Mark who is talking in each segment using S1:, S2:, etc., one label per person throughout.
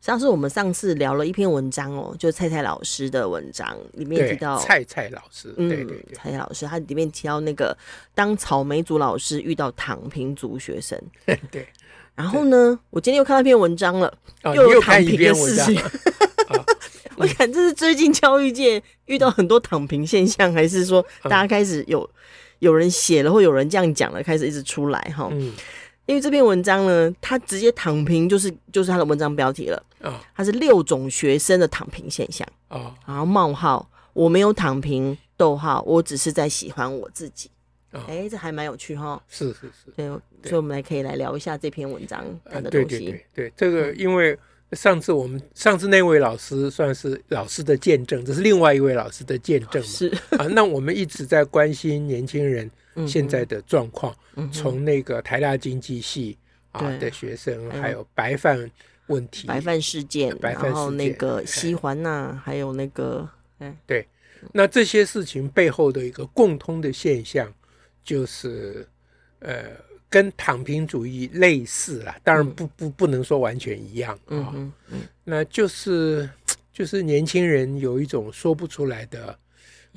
S1: 上次我们上次聊了一篇文章哦，就蔡蔡老师的文章，里面提
S2: 对
S1: 到，嗯
S2: 蔡蔡老师，对对对，
S1: 蔡蔡老师他里面提到那个当草莓族老师遇到躺平族学生，
S2: 对。
S1: 然后呢，我今天又看到一篇文章了，
S2: 啊，你
S1: 又
S2: 又
S1: 有躺
S2: 看一
S1: 平的
S2: 篇文
S1: 事
S2: 章 哦
S1: 情。 我看这是最近教育界遇到很多躺平现象，还是说
S2: 嗯
S1: 大家开始有有人写了，或有人这样讲了，开始一直出来哈。
S2: 嗯
S1: 因为这篇文章呢，它直接躺平就是就是它的文章标题了，
S2: 啊
S1: 它是六种学生的躺平现象，
S2: 啊
S1: 然后冒号我没有躺平，逗号我只是在喜欢我自己。
S2: 啊，
S1: 哎、这还蛮有趣哈。
S2: 是是是，
S1: 对，所以我们来可以来聊一下这篇文章它
S2: 呃
S1: 的
S2: 对
S1: 东
S2: 对
S1: 西。嗯
S2: 对对，这个因为上次我们上次那位老师算是老师的见证，这是另外一位老师的见证
S1: 哦
S2: 嘛
S1: 是，
S2: 啊。那我们一直在关心年轻人
S1: 嗯
S2: 现在的状况，
S1: 嗯哼
S2: 从那个台大经济系啊
S1: 对
S2: 的学生，
S1: 还有
S2: 还有白饭问题，
S1: 白饭事件，
S2: 白饭
S1: 然后
S2: 事
S1: 那
S2: 件
S1: 个
S2: 哎
S1: 西环呐、还有那个
S2: 那这些事情背后的一个共通的现象，就是呃，跟躺平主义类似啦，当然不不不能说完全一样啊、
S1: 嗯哼
S2: 那就是就是年轻人有一种说不出来的。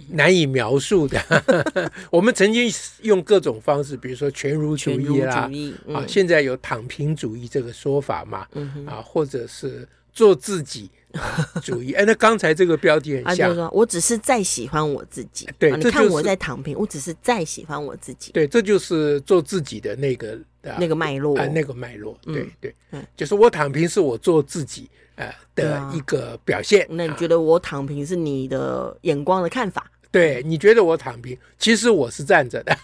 S2: 难以描述的， 我们曾经用各种方式，比如说全儒主
S1: 全
S2: 义
S1: 儒
S2: 啦
S1: 主，义
S2: 啊，
S1: 嗯
S2: 现在有躺平主义这个说法嘛，
S1: 嗯哼，
S2: 啊，或者是做自己、啊主义。哎，那刚才这个标题
S1: 他
S2: 很
S1: 啊就
S2: 像，
S1: 说我只是在喜欢我自己，
S2: 对
S1: 啊你
S2: 这
S1: 看
S2: 就是
S1: 我在躺平，我只是在喜欢我自己，
S2: 对，这就是做自己的那个啊
S1: 那个脉络，
S2: 啊、那个脉络，对、
S1: 嗯
S2: 对
S1: 嗯，
S2: 就是我躺平是我做自己呃
S1: 对
S2: 的
S1: 啊
S2: 一个表现。
S1: 那你
S2: 啊
S1: 觉得我躺平是你的眼光的看法？
S2: 对，你觉得我躺平，其实我是站着的，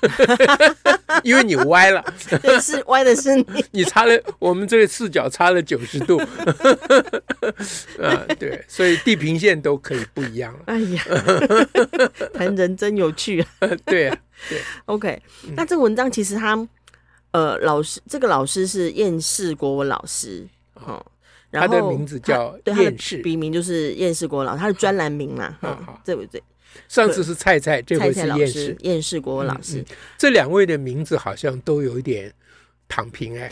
S2: 因为你歪了，
S1: 但是歪的是你，
S2: 你差了，我们这个视角差了九十度， 啊，对，所以地平线都可以不一样了，
S1: 哎 呀，谈人真有趣啊。
S2: 对啊、
S1: OK，那
S2: 嗯
S1: 这个文章其实他，呃，老师这个老师是厌世国文老师，哦，然
S2: 他的
S1: 后
S2: 名字
S1: 他
S2: 叫
S1: 对他的
S2: 厌世
S1: 笔名就是厌世国文老师，他的专栏名嘛，
S2: 嗯
S1: 哈
S2: 好，
S1: 对不对？
S2: 上次是菜菜，这
S1: 蔡
S2: 回
S1: 蔡
S2: 是
S1: 老
S2: 厌
S1: 师
S2: 世，，嗯
S1: 厌世国文老师，
S2: 这两位的名字好像都有一点躺平哎，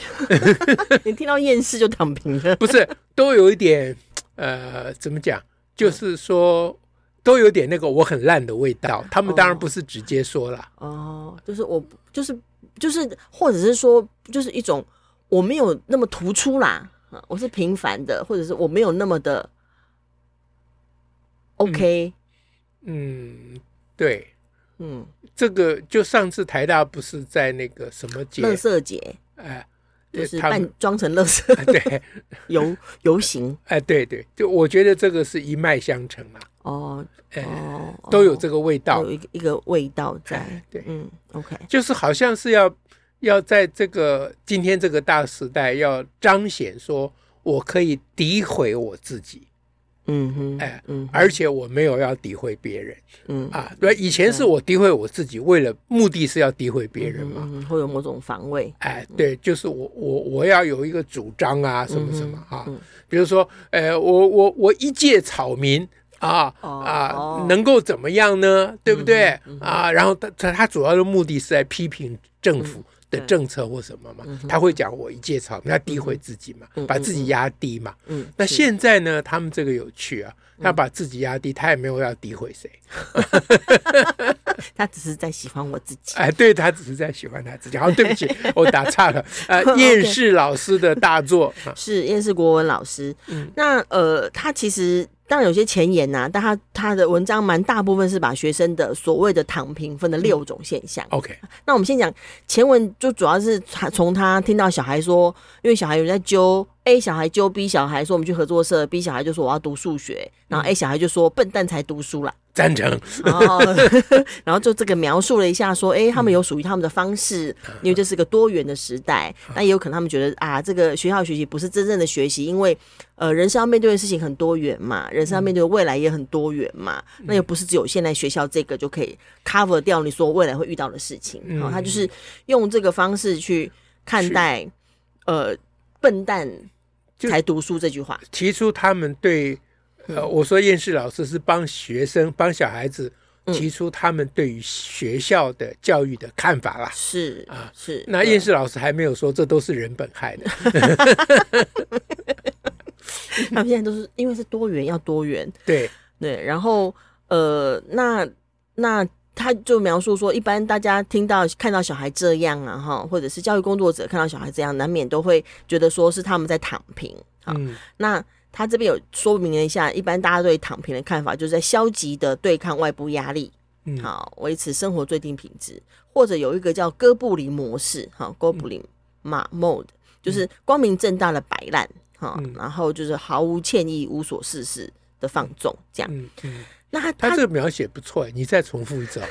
S1: 你听到厌世就躺平了，
S2: 不是，都有一点呃，怎么讲？就是说，都有点那个我很烂的味道。他们当然不是直接说啦，
S1: 哦，就是我就是就是，或者是说，就是一种我没有那么突出啦，啊我是平凡的，或者是我没有那么的 OK，
S2: 嗯，对，
S1: 嗯，
S2: 这个就上次台大不是在那个什么节
S1: 乐、，色节
S2: 哎、
S1: 就
S2: 呃
S1: 是
S2: 他
S1: 扮
S2: 们
S1: 装成乐色
S2: 哎 对，
S1: 游游行
S2: 哎，对对，就我觉得这个是一脉相承啦，
S1: 哦
S2: 哎、
S1: 哦，
S2: 都有
S1: 哦
S2: 这个味
S1: 都，
S2: 道
S1: 有一个一个味道在，
S2: 哎对
S1: 嗯，OK，
S2: 就是好像是要要在这个今天这个大时代，要彰显说我可以诋毁我自己，
S1: 嗯哼，
S2: 哎
S1: 嗯哼
S2: 而且我没有要诋毁别人
S1: 嗯
S2: 啊。对，以前是我诋毁我自己，为了目的是要诋毁别人
S1: 嗯
S2: 嘛。
S1: 嗯嗯会有某种防卫，
S2: 哎，对，就是我我我要有一个主张啊，什么什么啊
S1: 嗯，
S2: 比如说，呃，我我我一介草民啊
S1: 哦
S2: 啊
S1: 哦，嗯
S2: 能够怎么样呢？对不对啊？然后他他他主要的目的是在批评政府的
S1: 嗯对
S2: 政策或什么嘛，他会讲我一介草民，他诋毁自己嘛
S1: 嗯，
S2: 把自己压低嘛。
S1: 嗯，
S2: 那
S1: 是嗯
S2: 现在呢，他们这个有趣啊，他把自己压低，他也没有要诋毁谁，
S1: 他只是在喜欢我自己，
S2: 哎，对他只是在喜欢他自己。好，对不起，我打 岔了。呃，厌世老师的大作啊，
S1: 是燕世国文老师。
S2: 嗯
S1: 那呃，他其实当然有些前言呐、但他他的文章蛮大部分是把学生的所谓的躺平分了六种现象。
S2: ，OK，
S1: 那我们先讲前文，就主要是他从他听到小孩说，因为小孩有人在揪 A 小孩揪 B 小孩说我们去合作社，B 小孩就说我要读数学，然后 A 小孩就说笨蛋才读书啦，
S2: 赞成。
S1: 然后， 然后就这个描述了一下，说，
S2: 嗯
S1: 哎，他们有属于他们的方式，因为这是个多元的时代。
S2: 嗯
S1: 那也有可能他们觉得啊，这个学校学习不是真正的学习，因为呃，人生要面对的事情很多元嘛，人生要面对的未来也很多元嘛。
S2: 嗯
S1: 那也不是只有现在学校这个就可以 cover 掉你所有未来会遇到的事情。
S2: 嗯
S1: 好、他就是用这个方式去看待呃笨蛋
S2: 就
S1: 才读书这句话。
S2: 提出他们对，
S1: 嗯
S2: 呃，我说厌世老师是帮学生、帮小孩子
S1: 嗯
S2: 提出他们对于学校的教育的看法啦。
S1: 是
S2: 啊
S1: 是。
S2: 那
S1: 对
S2: 厌世老师还没有说，这都是人本害 的。
S1: 他们现在都是因为是多元，要多元。
S2: 对，
S1: 对，然后呃，那那他就描述说，一般大家听到看到小孩这样啊，哈，或者是教育工作者看到小孩这样，难免都会觉得说是他们在躺平。好，
S2: 嗯，
S1: 那他这边有说明了一下，一般大家对躺平的看法，就是在消极的对抗外部压力，
S2: 嗯
S1: 好维持生活最低品质，或者有一个叫哥布林模式，哈，哥布
S2: 嗯
S1: 林马 mode，就是光明正大的摆烂，哈
S2: 嗯，
S1: 然后就是毫无歉意、无所事事的放纵，这样。
S2: 嗯嗯，
S1: 那他
S2: 他
S1: 他
S2: 这个描写不错，你再重复一次好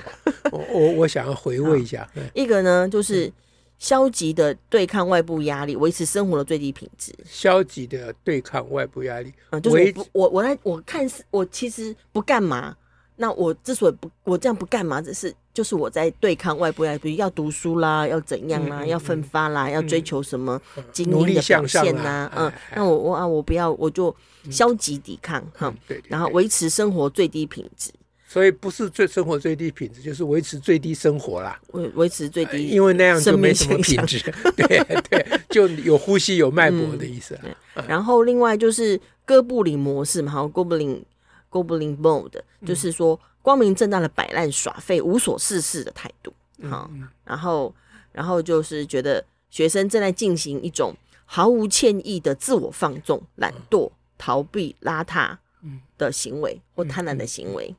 S2: 不好？我我我想要回味一下。嗯
S1: 一个呢，就是消极的对抗外部压力，维持生活的最低品质。
S2: 消极的对抗外部压力，
S1: 嗯，就是我
S2: 维
S1: 不我我在我看似我其实不干嘛，那我之所以不我这样不干嘛，只是就是我在对抗外部压力，比如要读书啦，要怎样啦，
S2: 嗯嗯嗯
S1: 要奋发啦，要追求什么精
S2: 努
S1: 英
S2: 力
S1: 的
S2: 向
S1: 表
S2: 上
S1: 现
S2: 啦
S1: 呐、
S2: 哎
S1: 嗯，
S2: 哎
S1: 那我我啊我不要，我就消极抵抗哈、
S2: 嗯对对
S1: 然后
S2: 对
S1: 维持生活最低品质，
S2: 所以不是最生活最低品质，就是维持最低生活啦。
S1: 维维持最低，
S2: 因为那样就
S1: 哎生
S2: 没
S1: 命
S2: 什
S1: 现
S2: 么品
S1: 象
S2: 质，对对，就有呼吸有脉搏
S1: 嗯
S2: 的意思啊。
S1: 然后另外就是哥布林模式嘛，还有哥布林哥布林 mode，就是
S2: 嗯
S1: 说光明正大的摆烂耍废、无所事事的态度。
S2: 嗯
S1: 好、然后然后就是觉得学生正在进行一种毫无歉意的自我放纵、懒惰、逃避、邋遢
S2: 嗯
S1: 的行为或贪婪的行为，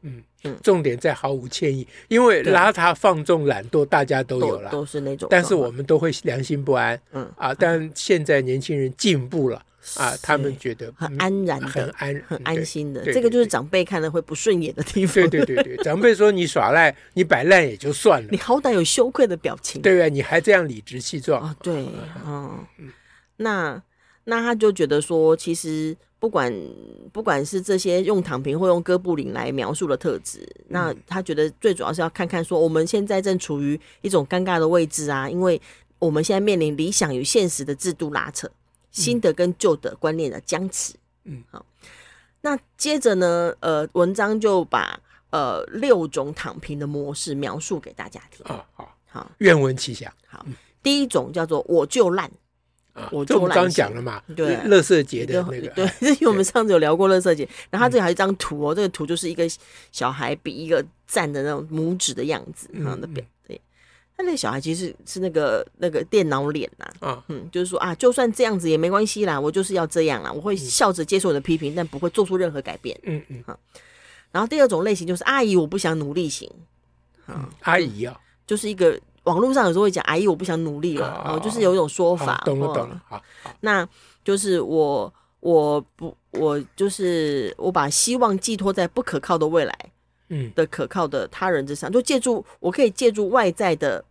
S2: 重点在毫无歉意，因为
S1: 对
S2: 邋遢、放纵、懒惰，大家都有
S1: 都
S2: 了。
S1: 都是那种状况。
S2: 但是我们都会良心不安，
S1: 嗯
S2: 啊，但现在年轻人进步了啊，他们觉得
S1: 很
S2: 嗯
S1: 安然的
S2: 很安，
S1: 很
S2: 嗯
S1: 安。心的，
S2: 对对
S1: 这个就是
S2: 对
S1: 长辈看了会不顺眼的地方。
S2: 对对对对对，长辈说你耍赖，你摆烂也就算了
S1: 你，好歹有羞愧的表情。
S2: 对不对？你还这样理直气壮
S1: 啊，，对，嗯，那那他就觉得说，其实不管不管是这些用躺平或用哥布林来描述的特质，那他觉得最主要是要看看说，我们现在正处于一种尴尬的位置啊，因为我们现在面临理想与现实的制度拉扯，新的跟旧的观念的僵持。
S2: 嗯，
S1: 好。那接着呢，呃，文章就把呃六种躺平的模式描述给大家听。
S2: 啊，好，
S1: 好，
S2: 愿闻其详
S1: 第一种叫做我就烂，
S2: 啊。
S1: 我
S2: 这
S1: 就
S2: 我们
S1: 懒
S2: 刚
S1: 型
S2: 讲了嘛，
S1: 对
S2: 乐乐色节的
S1: 对
S2: 那个，啊嗯
S1: 对， 因为我们上次有聊过乐色姐，然后他这里还有一张图哦，这个图就是一个小孩比一个赞的那种拇指的样子，
S2: 嗯
S1: 然后的表对。那那个小孩其实是是那个那个电脑脸呐、
S2: 啊，
S1: 嗯，就是说啊，就算这样子也没关系啦，我就是要这样啦，我会笑着接受你的批评，但不会做出任何改变。
S2: 嗯嗯，
S1: 然后第二种类型就是阿姨，我不想努力型，嗯
S2: 阿姨啊，
S1: 就是一个网络上有时候会讲阿姨，我不想努力了，
S2: 哦
S1: 哦，就是有一种说法，
S2: 啊好懂了
S1: 哦
S2: 懂了，好，好
S1: 那就是我我不我就是我把希望寄托在不可靠的未来
S2: 嗯
S1: 的可靠的他人之上，就借助我可以借助外在的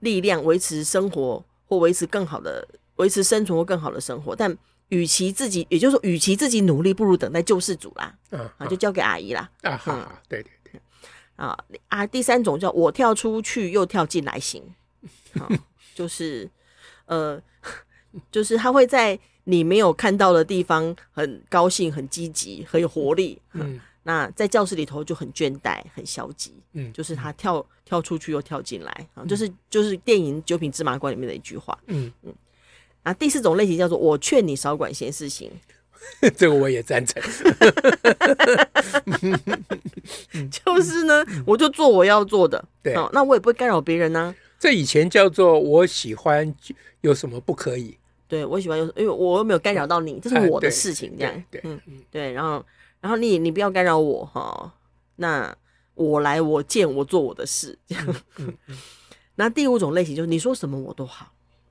S1: 力量维持生活或维持更好的维持生存或更好的生活，但与其自己，也就是说，与其自己努力，不如等待救世主啦，
S2: 啊
S1: 啊，就交给阿姨啦。
S2: 啊，好好，对对对，
S1: 啊啊！第三种叫我跳出去又跳进来型，好就是呃， 就是他会在你没有看到的地方很高兴、很积极、很有活力。啊
S2: 嗯
S1: 那在教室里头就很倦怠、很消极，
S2: 嗯
S1: 就是他跳跳出去又跳进来，啊，就是就是电影《九品芝麻官》里面的一句话。
S2: 嗯，
S1: 啊，第四种类型叫做我劝你少管闲事型，
S2: 这个我也赞成，嗯
S1: 就是呢，我就做我要做的，
S2: 对
S1: 好那我也不会干扰别人啊呢、
S2: 这以前叫做我喜欢就有什么不可以，
S1: 对我喜欢用，因为我又没有干扰到你，这是
S2: 哎
S1: 我的
S2: 对
S1: 事情，这样，
S2: 对对
S1: 嗯，对，然后，然后你你不要干扰我哈，那我来，我见，我做我的事，这样。
S2: 嗯
S1: 那第五种类型就是你说什么我都好，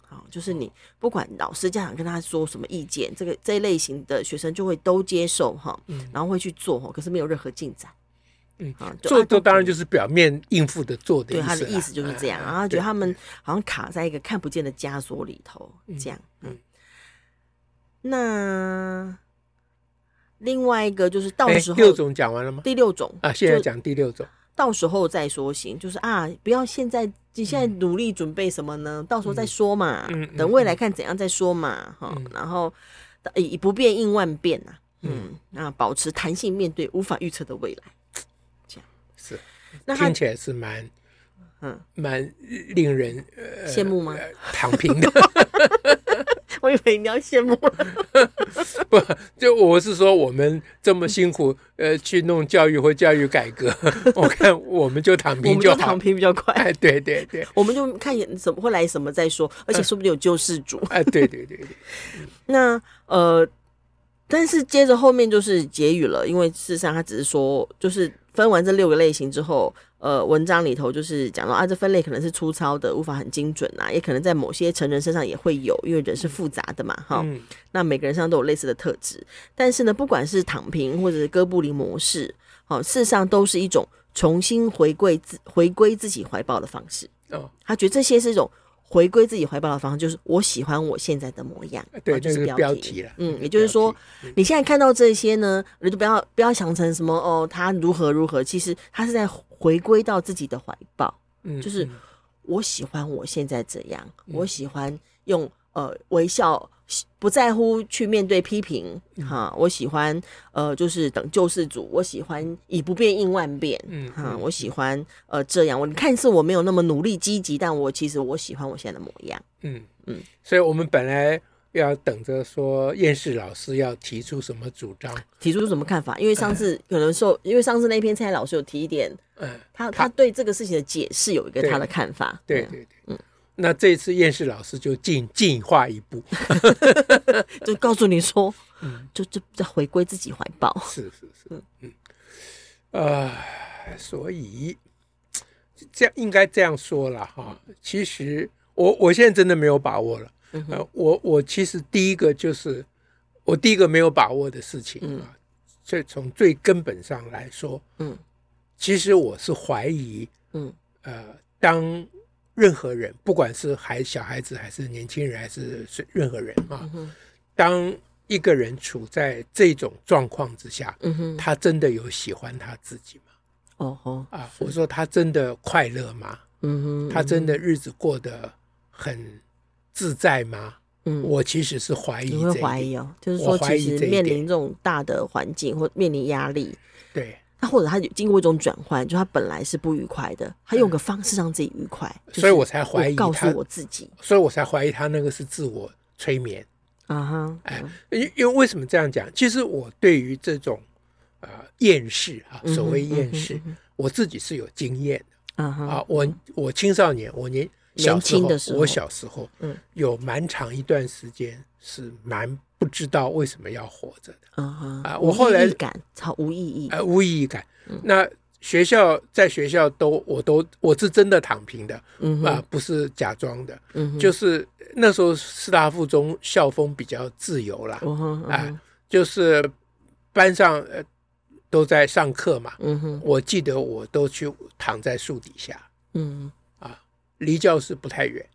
S1: 好，就是你不管老师家长跟他说什么意见，这个这一类型的学生就会都接受哈，然后会去做哈，可是没有任何进展。
S2: 嗯
S1: 啊，就
S2: 做
S1: 啊
S2: 做当然就是表面应付的做的
S1: 对
S2: 意思
S1: 他
S2: 啦。
S1: 的意思就是这样，
S2: 啊
S1: 然后他觉得
S2: 对
S1: 他们好像卡在一个看不见的枷锁里头，这样。嗯
S2: 嗯，
S1: 那另外一个就是到
S2: 哎
S1: 时候
S2: 六种讲完了吗？
S1: 第六种
S2: 啊，现在
S1: 就
S2: 讲第六种。
S1: 到时候再说行，就是啊，不要现在，你现在努力准备什么呢？到时候再说嘛，
S2: 嗯嗯
S1: 等未来看怎样再说嘛，哈、
S2: 嗯
S1: 然后以以不变应万变呐、啊，嗯，那、保持弹性面对无法预测的未来。
S2: 是，
S1: 那他
S2: 听起来是蛮
S1: 嗯
S2: 蛮令人呃
S1: 羡慕吗？
S2: 呃躺平的。
S1: 我以为你要羡慕，
S2: 不，就我是说，我们这么辛苦，呃，去弄教育或教育改革， 我看我们就躺
S1: 我
S2: 平
S1: 们就
S2: 就
S1: 躺
S2: 好。
S1: 平比较快，
S2: 哎，对对对，
S1: 我们就看怎么会来什么再说，而且说不定有救世主。
S2: 哎，对对对对，
S1: 那呃，但是接着后面就是结语了，因为事实上他只是说，就是分完这六个类型之后，呃，文章里头就是讲到啊，这分类可能是粗糙的，无法很精准啊，也可能在某些成人身上也会有，因为人是复杂的嘛，哈、
S2: 嗯
S1: 那每个人身上都有类似的特质，但是呢，不管是躺平或者是哥布林模式，哦，事实上都是一种重新回归自回归自己怀抱的方式。
S2: 哦，
S1: 他觉得这些是一种回归自己怀抱的方式，就是我喜欢我现在的模样，
S2: 哎对
S1: 啊就
S2: 这
S1: 是
S2: 个
S1: 标
S2: 标
S1: 题
S2: 题了
S1: 嗯，也
S2: 这个
S1: 就是
S2: 标
S1: 说
S2: 题，
S1: 你现在看到这些呢，你就不要不要想成什么哦，他如何如何，其实他是在回归到自己的怀抱。
S2: 嗯，
S1: 就是
S2: 嗯
S1: 我喜欢我现在这样，我喜欢用呃微笑，不在乎去面对批评
S2: 嗯
S1: 哈。我喜欢呃就是等救世主，我喜欢以不变应万变，
S2: 嗯
S1: 哈，
S2: 嗯
S1: 我喜欢呃这样。我你看似我没有那么努力积极，但我其实我喜欢我现在的模样。
S2: 嗯
S1: 嗯
S2: 嗯，所以我们本来要等着说燕世老师要提出什么主张，
S1: 提出什么 看法？因为上次可能受，因为上次那篇蔡老师有提一点，
S2: 嗯，
S1: 他他对这个事情的解释有一个
S2: 对
S1: 他的看法。
S2: 对
S1: 嗯
S2: 对对，那这次燕世老师就进进化一步，
S1: 就告诉你说，
S2: 嗯
S1: 就就再回归自己怀抱。
S2: 是是是，嗯，呃，所以这样应该这样说了哈。其实我我现在真的没有把握了，呃，我我其实第一个就是我第一个没有把握的事情啊，这从最根本上来说，
S1: 嗯，
S2: 其实我是怀疑，
S1: 嗯，
S2: 呃，当任何人，不管是孩小孩子还是年轻人，还是是任何人啊，当一个人处在这种状况之下，
S1: 嗯哼，
S2: 他真的有喜欢他自己吗？
S1: 哦吼，
S2: 啊，我说他真的快乐吗？
S1: 嗯哼，
S2: 他真的日子过得很自在吗？
S1: 嗯
S2: 我其实是怀疑
S1: 你
S2: 这
S1: 会
S2: 一
S1: 怀
S2: 点
S1: 疑哦，就是说
S2: 我怀
S1: 其
S2: 疑
S1: 实
S2: 这一
S1: 面
S2: 点
S1: 临这种大的环境或面临压力，
S2: 对，
S1: 他或者他有经过一种转换，就他本来是不愉快的，他用个方式让自己愉快，就是
S2: 嗯所以我才怀疑
S1: 告
S2: 他
S1: 诉我自己
S2: 所以我才怀疑他那个是自我催眠。
S1: 啊哈，
S2: 哎，因因为为什么这样讲？其实我对于这种呃厌世啊，
S1: 嗯
S2: 所谓
S1: 哼嗯
S2: 厌
S1: 哼
S2: 世，
S1: 嗯
S2: 我自己是有经验的
S1: 啊哈，
S2: 啊。我我青少年，我年小时
S1: 年轻
S2: 候
S1: 的时候
S2: 我小时候，
S1: 嗯，
S2: 有蛮长一段时间是蛮不知道为什么要活着的。
S1: 啊哈，
S2: 啊
S1: 无
S2: 我后来
S1: 意义感超无意义，
S2: 呃无意义感。那学校在学校都我都我是真的躺平的啊、
S1: 嗯哼
S2: 不是假装的。
S1: 嗯哼，
S2: 就是那时候师大附中校风比较自由啦，
S1: 嗯哼，
S2: 啊、
S1: 嗯哼
S2: 就是班上呃都在上课嘛。
S1: 嗯哼，
S2: 我记得我都去躺在树底下，
S1: 嗯，
S2: 离教室不太远，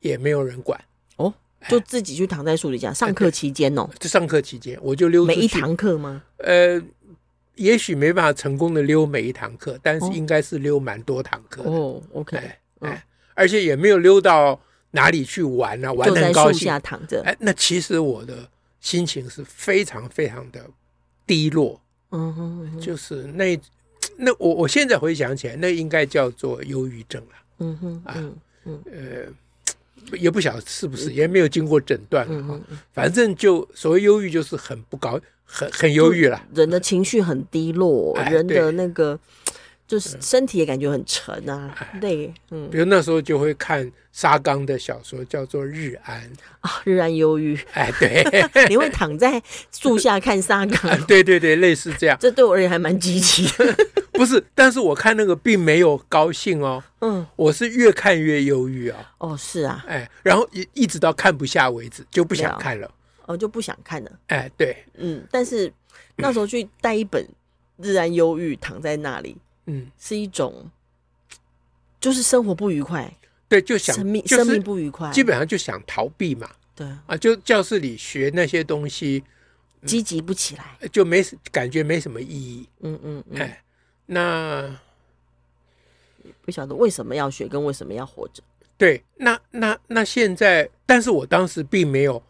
S2: 也没有人管。
S1: 哦，
S2: 哎
S1: 就自己去躺在树底下上课期间哦，
S2: 这上课期间我就溜哎出
S1: 每
S2: 去，
S1: 一堂课吗？
S2: 呃，也许没办法成功的溜每一堂课，但是
S1: 哦
S2: 应该是溜蛮多堂课的。
S1: 哦，OK，
S2: 哎哎，而且也没有溜到哪里去玩啊，玩
S1: 就
S2: 的
S1: 在
S2: 很高
S1: 树
S2: 兴
S1: 下。躺着，
S2: 哎，那其实我的心情是非常非常的低落，
S1: 嗯哼，嗯哼
S2: 就是那那我我现在回想起来，那应该叫做忧郁症了。啊
S1: 嗯哼，
S2: 哎
S1: 嗯。
S2: 也不晓得是不是，也没有经过诊断了哈
S1: 嗯。
S2: 反正就所谓忧郁，就是很不高，很很忧郁了。
S1: 人的情绪很低落，
S2: 哎
S1: 人的
S2: 对嗯
S1: 那个就是身体也感觉很沉啊，
S2: 哎
S1: 累，嗯
S2: 比如那时候就会看沙冈的小说，叫做《日 安》。
S1: 啊，日然忧郁。
S2: 哎，对，
S1: 你会躺在树下看沙
S2: 哎
S1: 港，
S2: 对对对，类似这样。
S1: 这对我而言还蛮积极的。
S2: 不是，但是我看那个并没有高兴哦，
S1: 嗯，
S2: 我是越看越忧郁啊、
S1: 哦，是啊，
S2: 哎，然后一一直到看不下为止，就不想看了。
S1: 哦，就不想看了。
S2: 哎，对，
S1: 嗯，但是那时候去带一本日安忧郁躺在那里，
S2: 嗯，
S1: 是一种就是生活不愉快，
S2: 对，就想
S1: 生命、
S2: 就
S1: 生命
S2: 是
S1: 不愉快，
S2: 基本上就想逃避嘛，
S1: 对
S2: 啊，就教室里学那些东西
S1: 积极不起来，
S2: 就没感觉没什么意义，
S1: 嗯嗯嗯，
S2: 哎，那
S1: 不晓得为什么要学跟为什么要活着，
S2: 对，那那那现在，但是我当时并没有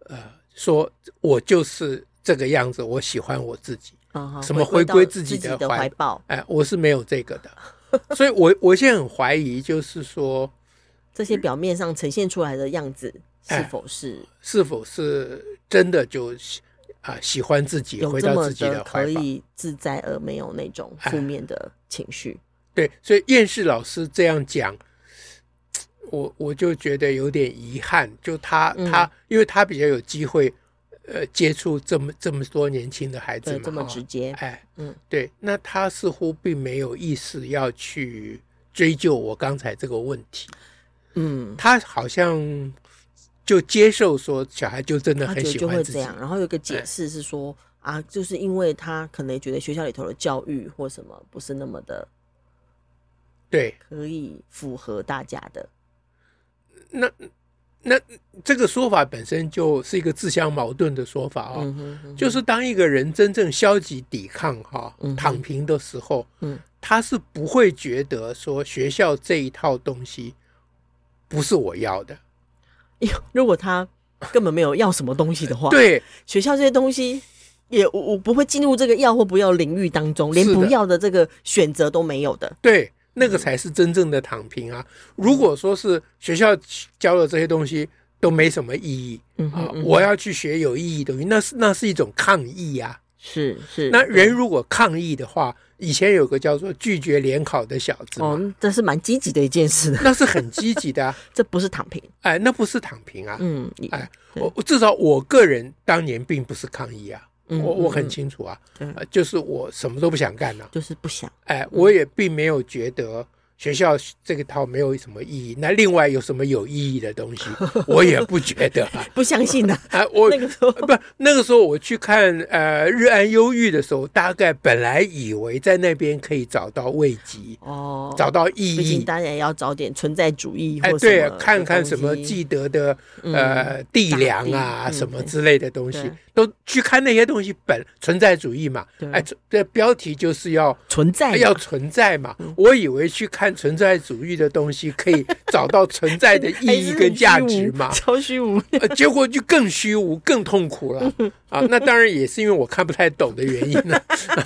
S2: 呃说我就是这个样子，我喜欢我自己，
S1: 啊哈
S2: 什么
S1: 回
S2: 回
S1: 到
S2: 归
S1: 自
S2: 自己的
S1: 的
S2: 怀
S1: 怀抱，
S2: 哎，我是没有这个的，所以我我现在很怀疑，就是说
S1: 这些表面上呈现出来的样子是
S2: 哎
S1: 否是
S2: 是否是真的就喜啊、喜欢自己，
S1: 有
S2: 回
S1: 这
S2: 到
S1: 么
S2: 自己
S1: 的
S2: 的怀
S1: 可
S2: 抱。
S1: 以自在而没有那种负面的情绪，
S2: 对，所以燕世老师这样讲，我我就觉得有点遗憾。就他、
S1: 嗯
S2: 他，因为他比较有机会，呃，接触这么这么多年轻的孩子
S1: 对，
S2: 嘛，
S1: 这么
S2: 哈
S1: 直接，
S2: 哎，
S1: 嗯
S2: 嗯，对，那他似乎并没有意识要去追究我刚才这个问题，
S1: 嗯，
S2: 他好像就接受说小孩就真的
S1: 他
S2: 很
S1: 觉得
S2: 喜
S1: 就
S2: 欢
S1: 会
S2: 自
S1: 这
S2: 己，
S1: 样。然后有一个解
S2: 哎
S1: 释是说啊，就是因为他可能觉得学校里头的教育或什么不是那么的
S2: 对，
S1: 可以符合大家的，
S2: 那那这个说法本身就是一个自相矛盾的说法哦，
S1: 嗯哼嗯哼，
S2: 就是当一个人真正消极抵抗哈、
S1: 嗯哼
S2: 躺平的时候，
S1: 嗯，
S2: 他是不会觉得说学校这一套东西不是我要的，
S1: 因为如果他根本没有要什么东西的话，，
S2: 对。
S1: 学校这些东西。也我我不会进入这个要或不要领域当中，连
S2: 是的
S1: 不要的这个选择都没有的。
S2: 对，那个才是真正的躺平啊！如果说是学校教的这些东西都没什么意义
S1: 嗯哼
S2: 啊，
S1: 嗯哼
S2: 我要去学有意义的东西，那是那是一种抗议啊。
S1: 是是，
S2: 那
S1: 对
S2: 人如果抗议的话，以前有个叫做拒绝联考的小子嘛，
S1: 哦，这是蛮积极的一件事的，
S2: 那是很积极的、啊，
S1: 这不是躺平。
S2: 哎，那不是躺平啊！
S1: 嗯，也
S2: 哎，
S1: 对
S2: 我我至少我个人当年并不是抗议啊，
S1: 嗯
S2: 我我
S1: 嗯
S2: 很
S1: 嗯
S2: 清楚啊，
S1: 对嗯
S2: 呃就是我什么都不想干了、啊
S1: 就是不想。
S2: 哎，我也并没有觉得学校这个套没有什么意义。那另外有什么有意义的东 西，我也不觉得啊。
S1: 不相信呐、
S2: 哎，我
S1: 那个时候，
S2: 不那个时候我去看呃日安忧郁的时候，大概本来以为在那边可以找到慰藉，
S1: 哦，
S2: 找到
S1: 毕
S2: 意
S1: 竟
S2: 义。
S1: 大家也要找点存在主义或
S2: 哎，
S1: 什么
S2: 对
S1: 的
S2: 啊，看看
S1: 东
S2: 什么
S1: 西嗯
S2: 记得的呃地粮啊
S1: 大，地
S2: 什
S1: 嗯
S2: 么
S1: 对
S2: 之类的东西
S1: 对，嗯
S2: 都去看那些东西本存在主义嘛
S1: 对。哎
S2: 哎，这这标题就是要
S1: 存在嘛
S2: 要存在嘛。
S1: 嗯
S2: 我以为去看存在主义的东西，可以找到存在的
S1: 还
S2: 意义
S1: 是
S2: 跟价
S1: 虚
S2: 值
S1: 无，
S2: 嘛
S1: 超虚无。
S2: 呃结果就更虚无、更痛苦了
S1: 嗯
S2: 啊！那当然也是因为我看不太懂的原因呢、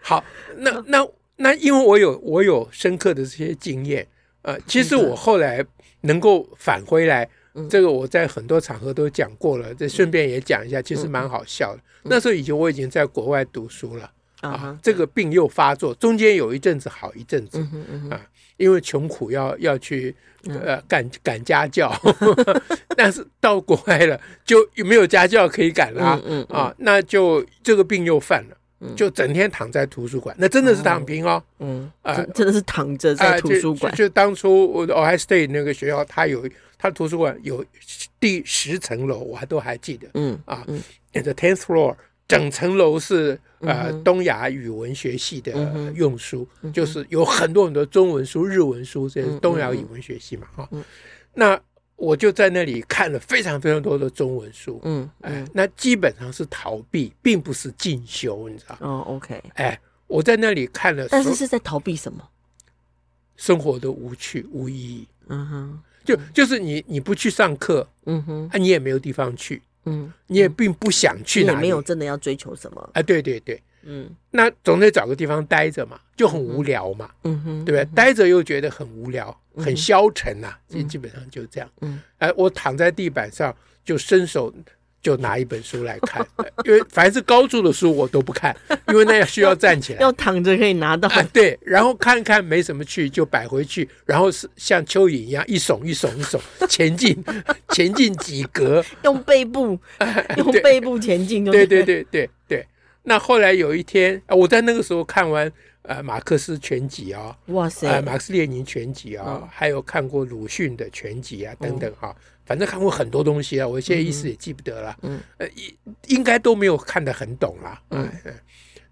S2: 好，那那那，因为我有我有深刻的这些经验，呃，其实我后来能够返回来
S1: 嗯，
S2: 这个我在很多场合都讲过了，这顺便也讲一下，其
S1: 嗯
S2: 实蛮好笑的。那时候已经我已经在国外读书了。
S1: 啊
S2: 啊
S1: 哈，，
S2: 这个病又发作，中间有一阵子好一阵子，
S1: 嗯哼嗯哼，
S2: 因为穷苦要要去
S1: 嗯
S2: 呃赶赶家教， 但是到国外了就没有家教可以赶了啊，
S1: 嗯嗯
S2: 啊那就这个病又犯了
S1: 嗯，
S2: 就整天躺在图书馆，那真的是躺平哦。
S1: 嗯，
S2: 啊
S1: 真真的是躺着在
S2: 啊，
S1: 图书馆
S2: 就，就就当初我的 Ohio State 那个学校，它有它图书馆有第十层楼，我还都还记得
S1: 嗯
S2: 啊
S1: 嗯
S2: ，in the tenth floor，整层楼是
S1: 嗯
S2: 呃
S1: 哼
S2: 东亚语文学系的
S1: 嗯哼
S2: 用书
S1: 嗯哼，
S2: 就是有很多很多中文书、日文书，这些
S1: 嗯
S2: 东亚语文学系嘛哈
S1: 嗯。
S2: 那我就在那里看了非常非常多的中文书，
S1: 嗯
S2: 哎
S1: 嗯，，
S2: 那基本上是逃避，并不是进修，你知道？
S1: 哦，OK，
S2: 哎，我在那里看了
S1: 但是
S2: 所
S1: 是在逃避什么？
S2: 生活的无趣、无意义。
S1: 嗯哼，
S2: 就就是你你不去上课，
S1: 嗯哼，
S2: 啊，你也没有地方去，
S1: 嗯，
S2: 你也并不想去
S1: 你
S2: 哪
S1: 也
S2: 里，
S1: 没有真的要追求什么，
S2: 啊，对对对，
S1: 嗯
S2: 那总得找个地方待着嘛，就很无聊嘛，
S1: 嗯哼，
S2: 对不对？待着又觉得很无聊，很消沉呐、啊，基、基本上就这样。
S1: 嗯，
S2: 哎、我躺在地板上就伸手。就拿一本书来 看，呃因为凡是高处的书我都不看，因为那需要站起来。
S1: 要躺着可以拿到，
S2: 啊，对，然后看看没什么趣就摆回去，然后是像蚯蚓一样一耸一耸一耸前进， 前进几格。
S1: 用背部用
S2: 哎对
S1: 背部前进就
S2: 对
S1: 对
S2: 对对对对。那后来有一天，啊我在那个时候看完呃马克思全集啊、
S1: 哇
S2: 呃
S1: 塞，嗯
S2: 马克思列宁全集啊、还有看过鲁迅的全集啊等等哈、反正看过很多东西啊，我现在一时也记不得了，
S1: 嗯，
S2: 呃，应应该都没有看得很懂啦，
S1: 嗯
S2: 哎，哎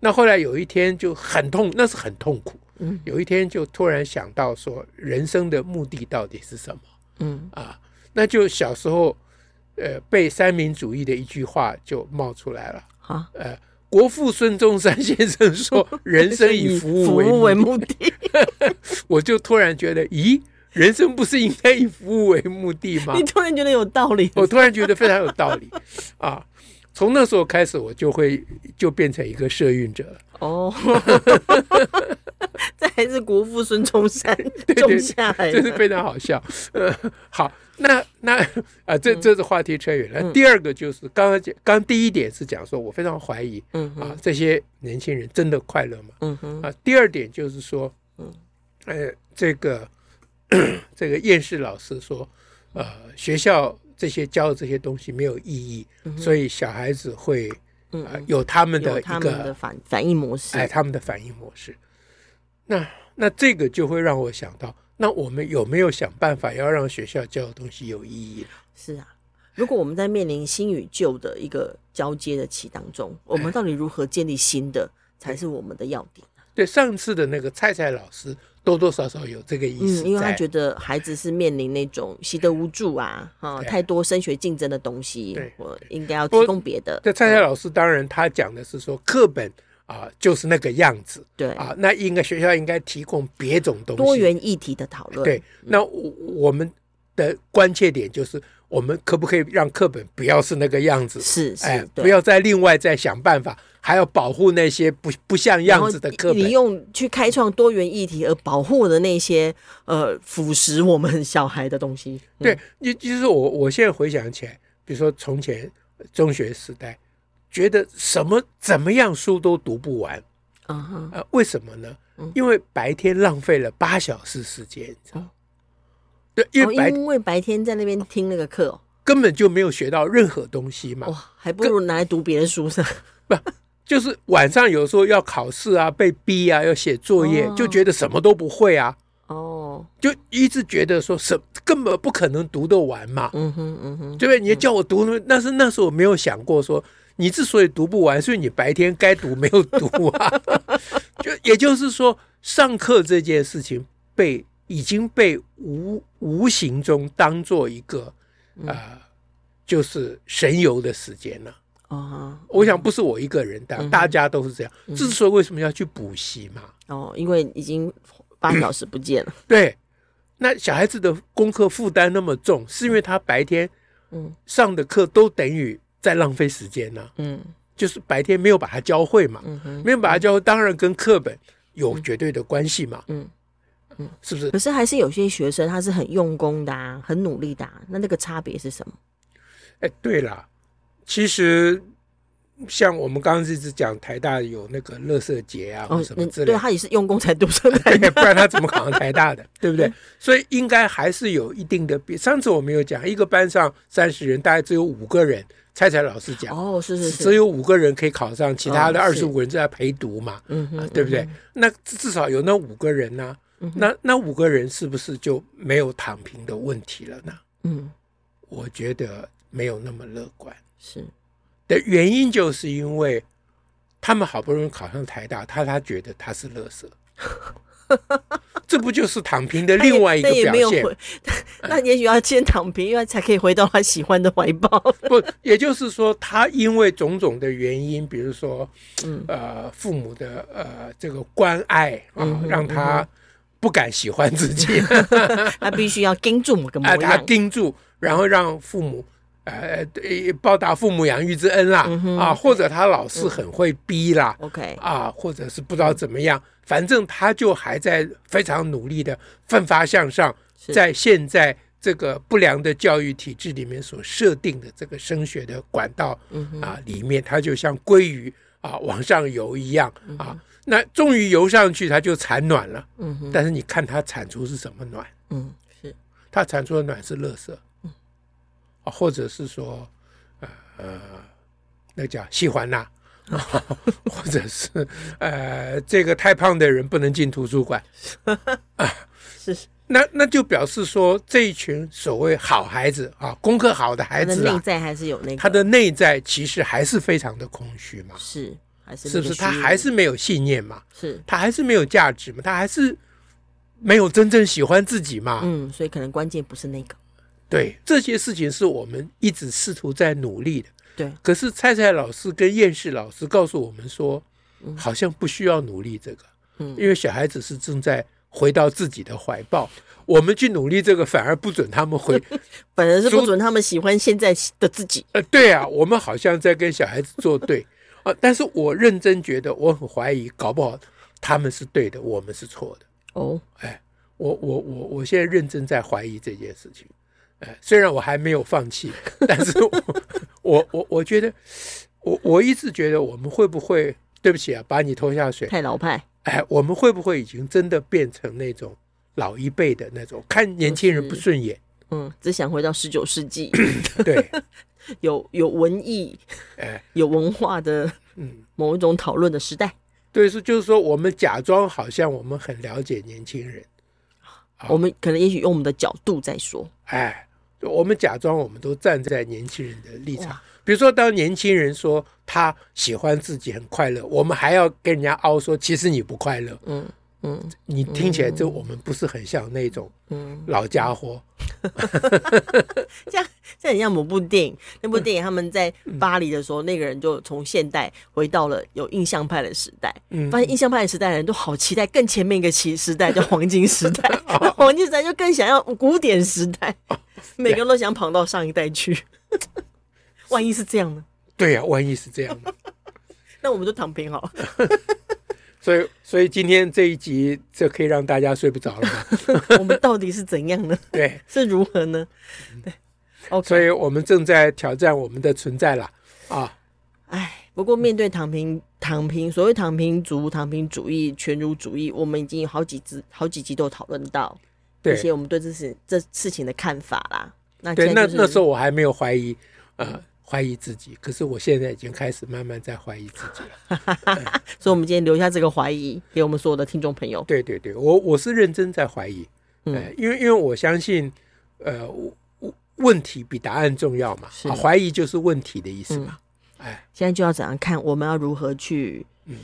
S2: 那后来有一天就很痛，那是很痛苦，
S1: 嗯
S2: 有一天就突然想到说，人生的目的到底是什么？
S1: 嗯
S2: 啊，那就小时候，呃，被三民主义的一句话就冒出来了。
S1: 好，
S2: 呃，国父孙中山先生 说：“人生以服务为
S1: 服务
S2: 目
S1: 为
S2: 的。
S1: 目的，
S2: 我就突然觉得，咦，人生不是应该以服务为目的 吗
S1: 你？突然觉得有道理，
S2: 我突然觉得非常有道理 啊！从那时候开始，我就会就变成一个社运者了。
S1: 哦， 这还是国父孙中山种下来
S2: 真是
S1: 的。
S2: 非常好笑。呃，好，那那啊，这这是话题扯远了。
S1: 嗯
S2: 第二个就是刚刚讲，刚第一点是讲说我非常怀疑
S1: 嗯哼
S2: 啊，这些年轻人真的快乐吗？
S1: 嗯哼，
S2: 啊，第二点就是说
S1: 嗯，
S2: 呃，这个 这个厌世老师说，呃，学校这些教的这些东西没有意义，所以小孩子会
S1: 嗯
S2: 啊、有他们的
S1: 有
S2: 一
S1: 他
S2: 个
S1: 们的反反应模式
S2: 哎，。他们的反应模式。那那这个就会让我想到，那我们有没有想办法要让学校教的东西有意义呢？
S1: 是啊，如果我们在面临新与旧的一个交接的期当中，我
S2: 哎
S1: 们到底如何建立新的，才是我们的要点。
S2: 对，上次的那个蔡蔡老师多多少少有这个意思在、
S1: 嗯，因为他觉得孩子是面临那种习得无助啊，哈，
S2: 对
S1: 太多升学竞争的东西
S2: 哎对，
S1: 我应该要
S2: 不
S1: 提
S2: 过
S1: 供别的。
S2: 这蔡蔡老师当然他讲的是说课本啊、就是那个样子
S1: 对，
S2: 啊，那应该学校应该提供别种东西。
S1: 多元嗯议题的讨论。
S2: 对，那我我们的关切点就是，我们可不可以让课本不要是那个样子？
S1: 是是，
S2: 哎，
S1: 对
S2: 不要再另外再想办法，还要保护那些不不像
S1: 然后
S2: 样子的课
S1: 你
S2: 本。
S1: 用去开创多元议题而保护的那些呃腐蚀我们小孩的东西。嗯
S2: 对，就就是我我现在回想起来，比如说从前中学时代，觉得什么怎么样书都读不完，
S1: 嗯哼，
S2: 呃，为什么呢
S1: 嗯？
S2: 因为白天浪费了八小时时间，你知道吗？对，因
S1: 哦
S2: 为白
S1: 因为白天在那边听那个课哦，
S2: 根本就没有学到任何东西嘛。
S1: 哇，还不如拿来读别的书上。
S2: 就是晚上有时候要考试啊，被逼啊，要写作业，
S1: 哦
S2: 就觉得什么都不会啊，
S1: 哦，
S2: 就一直觉得说什根本不可能读得完嘛，
S1: 嗯哼嗯哼，
S2: 对不对？你叫我读，那是那时候我没有想过说你之所以读不完，所以你白天该读没有读啊。 就也就是说，上课这件事情被已经被无无形中当做一个啊、呃就是神游的时间了。
S1: 哦
S2: 我想不是我一个人的，
S1: 嗯
S2: 大家都是这样。这时候为什么要去补习嘛？
S1: 哦，因为已经八小时不见了。
S2: 对，那小孩子的功课负担那么重，是因为他白天
S1: 嗯
S2: 上的课都等于在浪费时间呢、
S1: 嗯
S2: 就是白天没有把它教会嘛，
S1: 嗯哼
S2: 没有把它教会，当然跟课本有绝对的关系嘛，
S1: 嗯。
S2: 是不是？
S1: 可是还是有些学生他是很用功的啊，很努力的啊，那那个差别是什么？
S2: 哎，对啦，其实像我们刚刚一直讲台大有那个乐色节啊，或
S1: 哦，
S2: 什么
S1: 嗯
S2: 之类
S1: 对
S2: 的，
S1: 他也是用功才读上 来
S2: 对，
S1: 的。
S2: 不然他怎么考上台大的，对不对？所以应该还是有一定的比。上次我们有讲，一个班上三十人，大概只有五个人，蔡蔡老师讲，
S1: 哦，是是
S2: 只
S1: 是，
S2: 有五个人可以考上，其他
S1: 嗯
S2: 的二
S1: 是
S2: 十五个人在陪读嘛，
S1: 嗯哼
S2: 啊，对不对？那至少有那五个人呢、那那五个人是不是就没有躺平的问题了呢？
S1: 嗯，
S2: 我觉得没有那么乐观
S1: 是，
S2: 的原因，就是因为他们好不容易考上台大，他他觉得他是 乐色，这不就是躺平的
S1: 他也
S2: 另外一个
S1: 但也
S2: 表
S1: 没有
S2: 现？
S1: 回， 那也许要先躺平，因为才可以回到他喜欢的怀抱。
S2: 不，也就是说，他因为种种的原因，比如说，
S1: 嗯
S2: 呃，父母的呃这个关爱啊，
S1: 嗯哼
S2: 让他不敢喜欢自 己，
S1: 他必须要盯住某个模
S2: 啊，他
S1: 样。
S2: 盯住，然后让父母。呃，对报答父母养育之恩啦，
S1: 嗯
S2: 啊，或者他老是很会逼啦，
S1: OK，
S2: 啊，或者是不知道怎么样，反正他就还在非常努力的奋发向上，
S1: 是
S2: 在现在这个不良的教育体制里面所设定的这个升学的管道、
S1: 嗯
S2: 啊里面，他就像鲑鱼啊往上游一样啊，那终于游上去，他就产卵了。
S1: 嗯哼，
S2: 但是你看它产出是什么卵？
S1: 嗯，是，
S2: 它产出的卵是垃圾，
S1: 嗯
S2: 啊，或者是说，呃，那叫西环呐、
S1: 嗯
S2: 啊 或者是呃，这个太胖的人不能进图书馆，
S1: 是，
S2: 那那就表示说，这一群所谓好孩子啊，功课好的
S1: 他
S2: 孩
S1: 的
S2: 子
S1: 内
S2: 啊，
S1: 在还是有那个，
S2: 他的内在其实还是非常的空虚嘛，
S1: 是还是
S2: 是不
S1: 那个
S2: 是？他
S1: 虚
S2: 还
S1: 无
S2: 是没有信念嘛，
S1: 是
S2: 他还是没有价值嘛，他还是没有真正喜欢自己嘛。
S1: 嗯，所以可能关键不是那个，
S2: 对，这些事情是我们一直试图在努力的。
S1: 对，
S2: 可是蔡蔡老师跟燕世老师告诉我们说，好像不需要努力这个，
S1: 嗯
S2: 因为小孩子是正在回到自己的怀抱，我们去努力这个反而不准他们 回。
S1: 本来是
S2: 说
S1: 不准他们喜欢现在的自己，
S2: 呃，对啊，我们好像在跟小孩子作对啊、但是我认真觉得，我很怀疑，搞不好他们是对的，我们是错的。
S1: 哦，
S2: 我我我我现在认真在怀疑这件事情，呃，虽然我还没有放弃，但是我我我我觉得，我我一直觉得我们会不会对不起啊，把你拖 下水，
S1: 太老派，
S2: 哎，我们会不会已经真的变成那种老一辈的那种看年轻人不顺眼？
S1: 嗯，只想回到十九世纪，
S2: 对，
S1: 有 有文艺、
S2: 哎，
S1: 有文化的
S2: 嗯，
S1: 某一种讨论的时代，
S2: 对，是就是说我们假装好像我们很了解年轻人，好
S1: 我们可能也许用我们的角度在说，
S2: 哎，我们假装我们都站在年轻人的立场
S1: 哇。
S2: 比如说，当年轻人说他喜欢自己很快乐，我们还要跟人家凹说，其实你不快乐。
S1: 嗯嗯
S2: 你听起来这我们不是很像那种
S1: 嗯，
S2: 老家伙？
S1: 这样这很像某部电影，
S2: 嗯
S1: 那部电影他们在巴黎的时候，那个人就从现代回到了有印象派的时代，
S2: 嗯
S1: 发现印象派的时代的人都好期待更前面一个期时代叫黄金时 代，
S2: 哦
S1: 那黄金时代就更想要古典时代，每个人都想跑到上一代去。 万一是这样呢？
S2: 对呀、万一是这样的。
S1: 那我们就躺平好了。
S2: 所以，所以今天这一集，这可以让大家睡不着了吧？
S1: 我们到底是怎样 呢？
S2: 对，
S1: 是如何呢？对，OK。
S2: 所以我们正在挑战我们的存在了啊！
S1: 唉，不过面对躺平、躺平，所谓躺平族、躺平主义、全儒主义，我们已经有好几集、好几集都有讨论到一
S2: 对
S1: 些我们对这事这事情的看法啦。那啊
S2: 对，
S1: 现
S2: 那
S1: 在就是
S2: 那时候我还没有怀疑，呃，怀疑自己，可是我现在已经开始慢慢在怀疑自己了。
S1: 所以我们今天留下这个怀疑给我们所有的听众朋友。
S2: 对对对，我我是认真在怀疑，
S1: 嗯
S2: 呃，因为因为我相信，呃，我我问题比答案重要嘛，
S1: 是嗯
S2: 啊怀疑就是问题的意思嘛，
S1: 现在就要怎样看？我们要如何去
S2: 嗯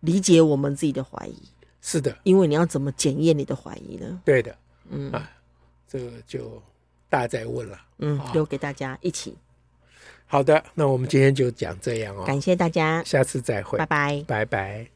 S1: 理解我们自己的怀疑？
S2: 是的，
S1: 因为你要怎么检验你的怀疑呢？
S2: 对的，
S1: 嗯
S2: 啊，这个就大在问了。
S1: 嗯
S2: 好，
S1: 留给大家一起，
S2: 好的，那我们今天就讲这样哦，
S1: 感谢大家，
S2: 下次再会，
S1: 拜拜。
S2: 拜拜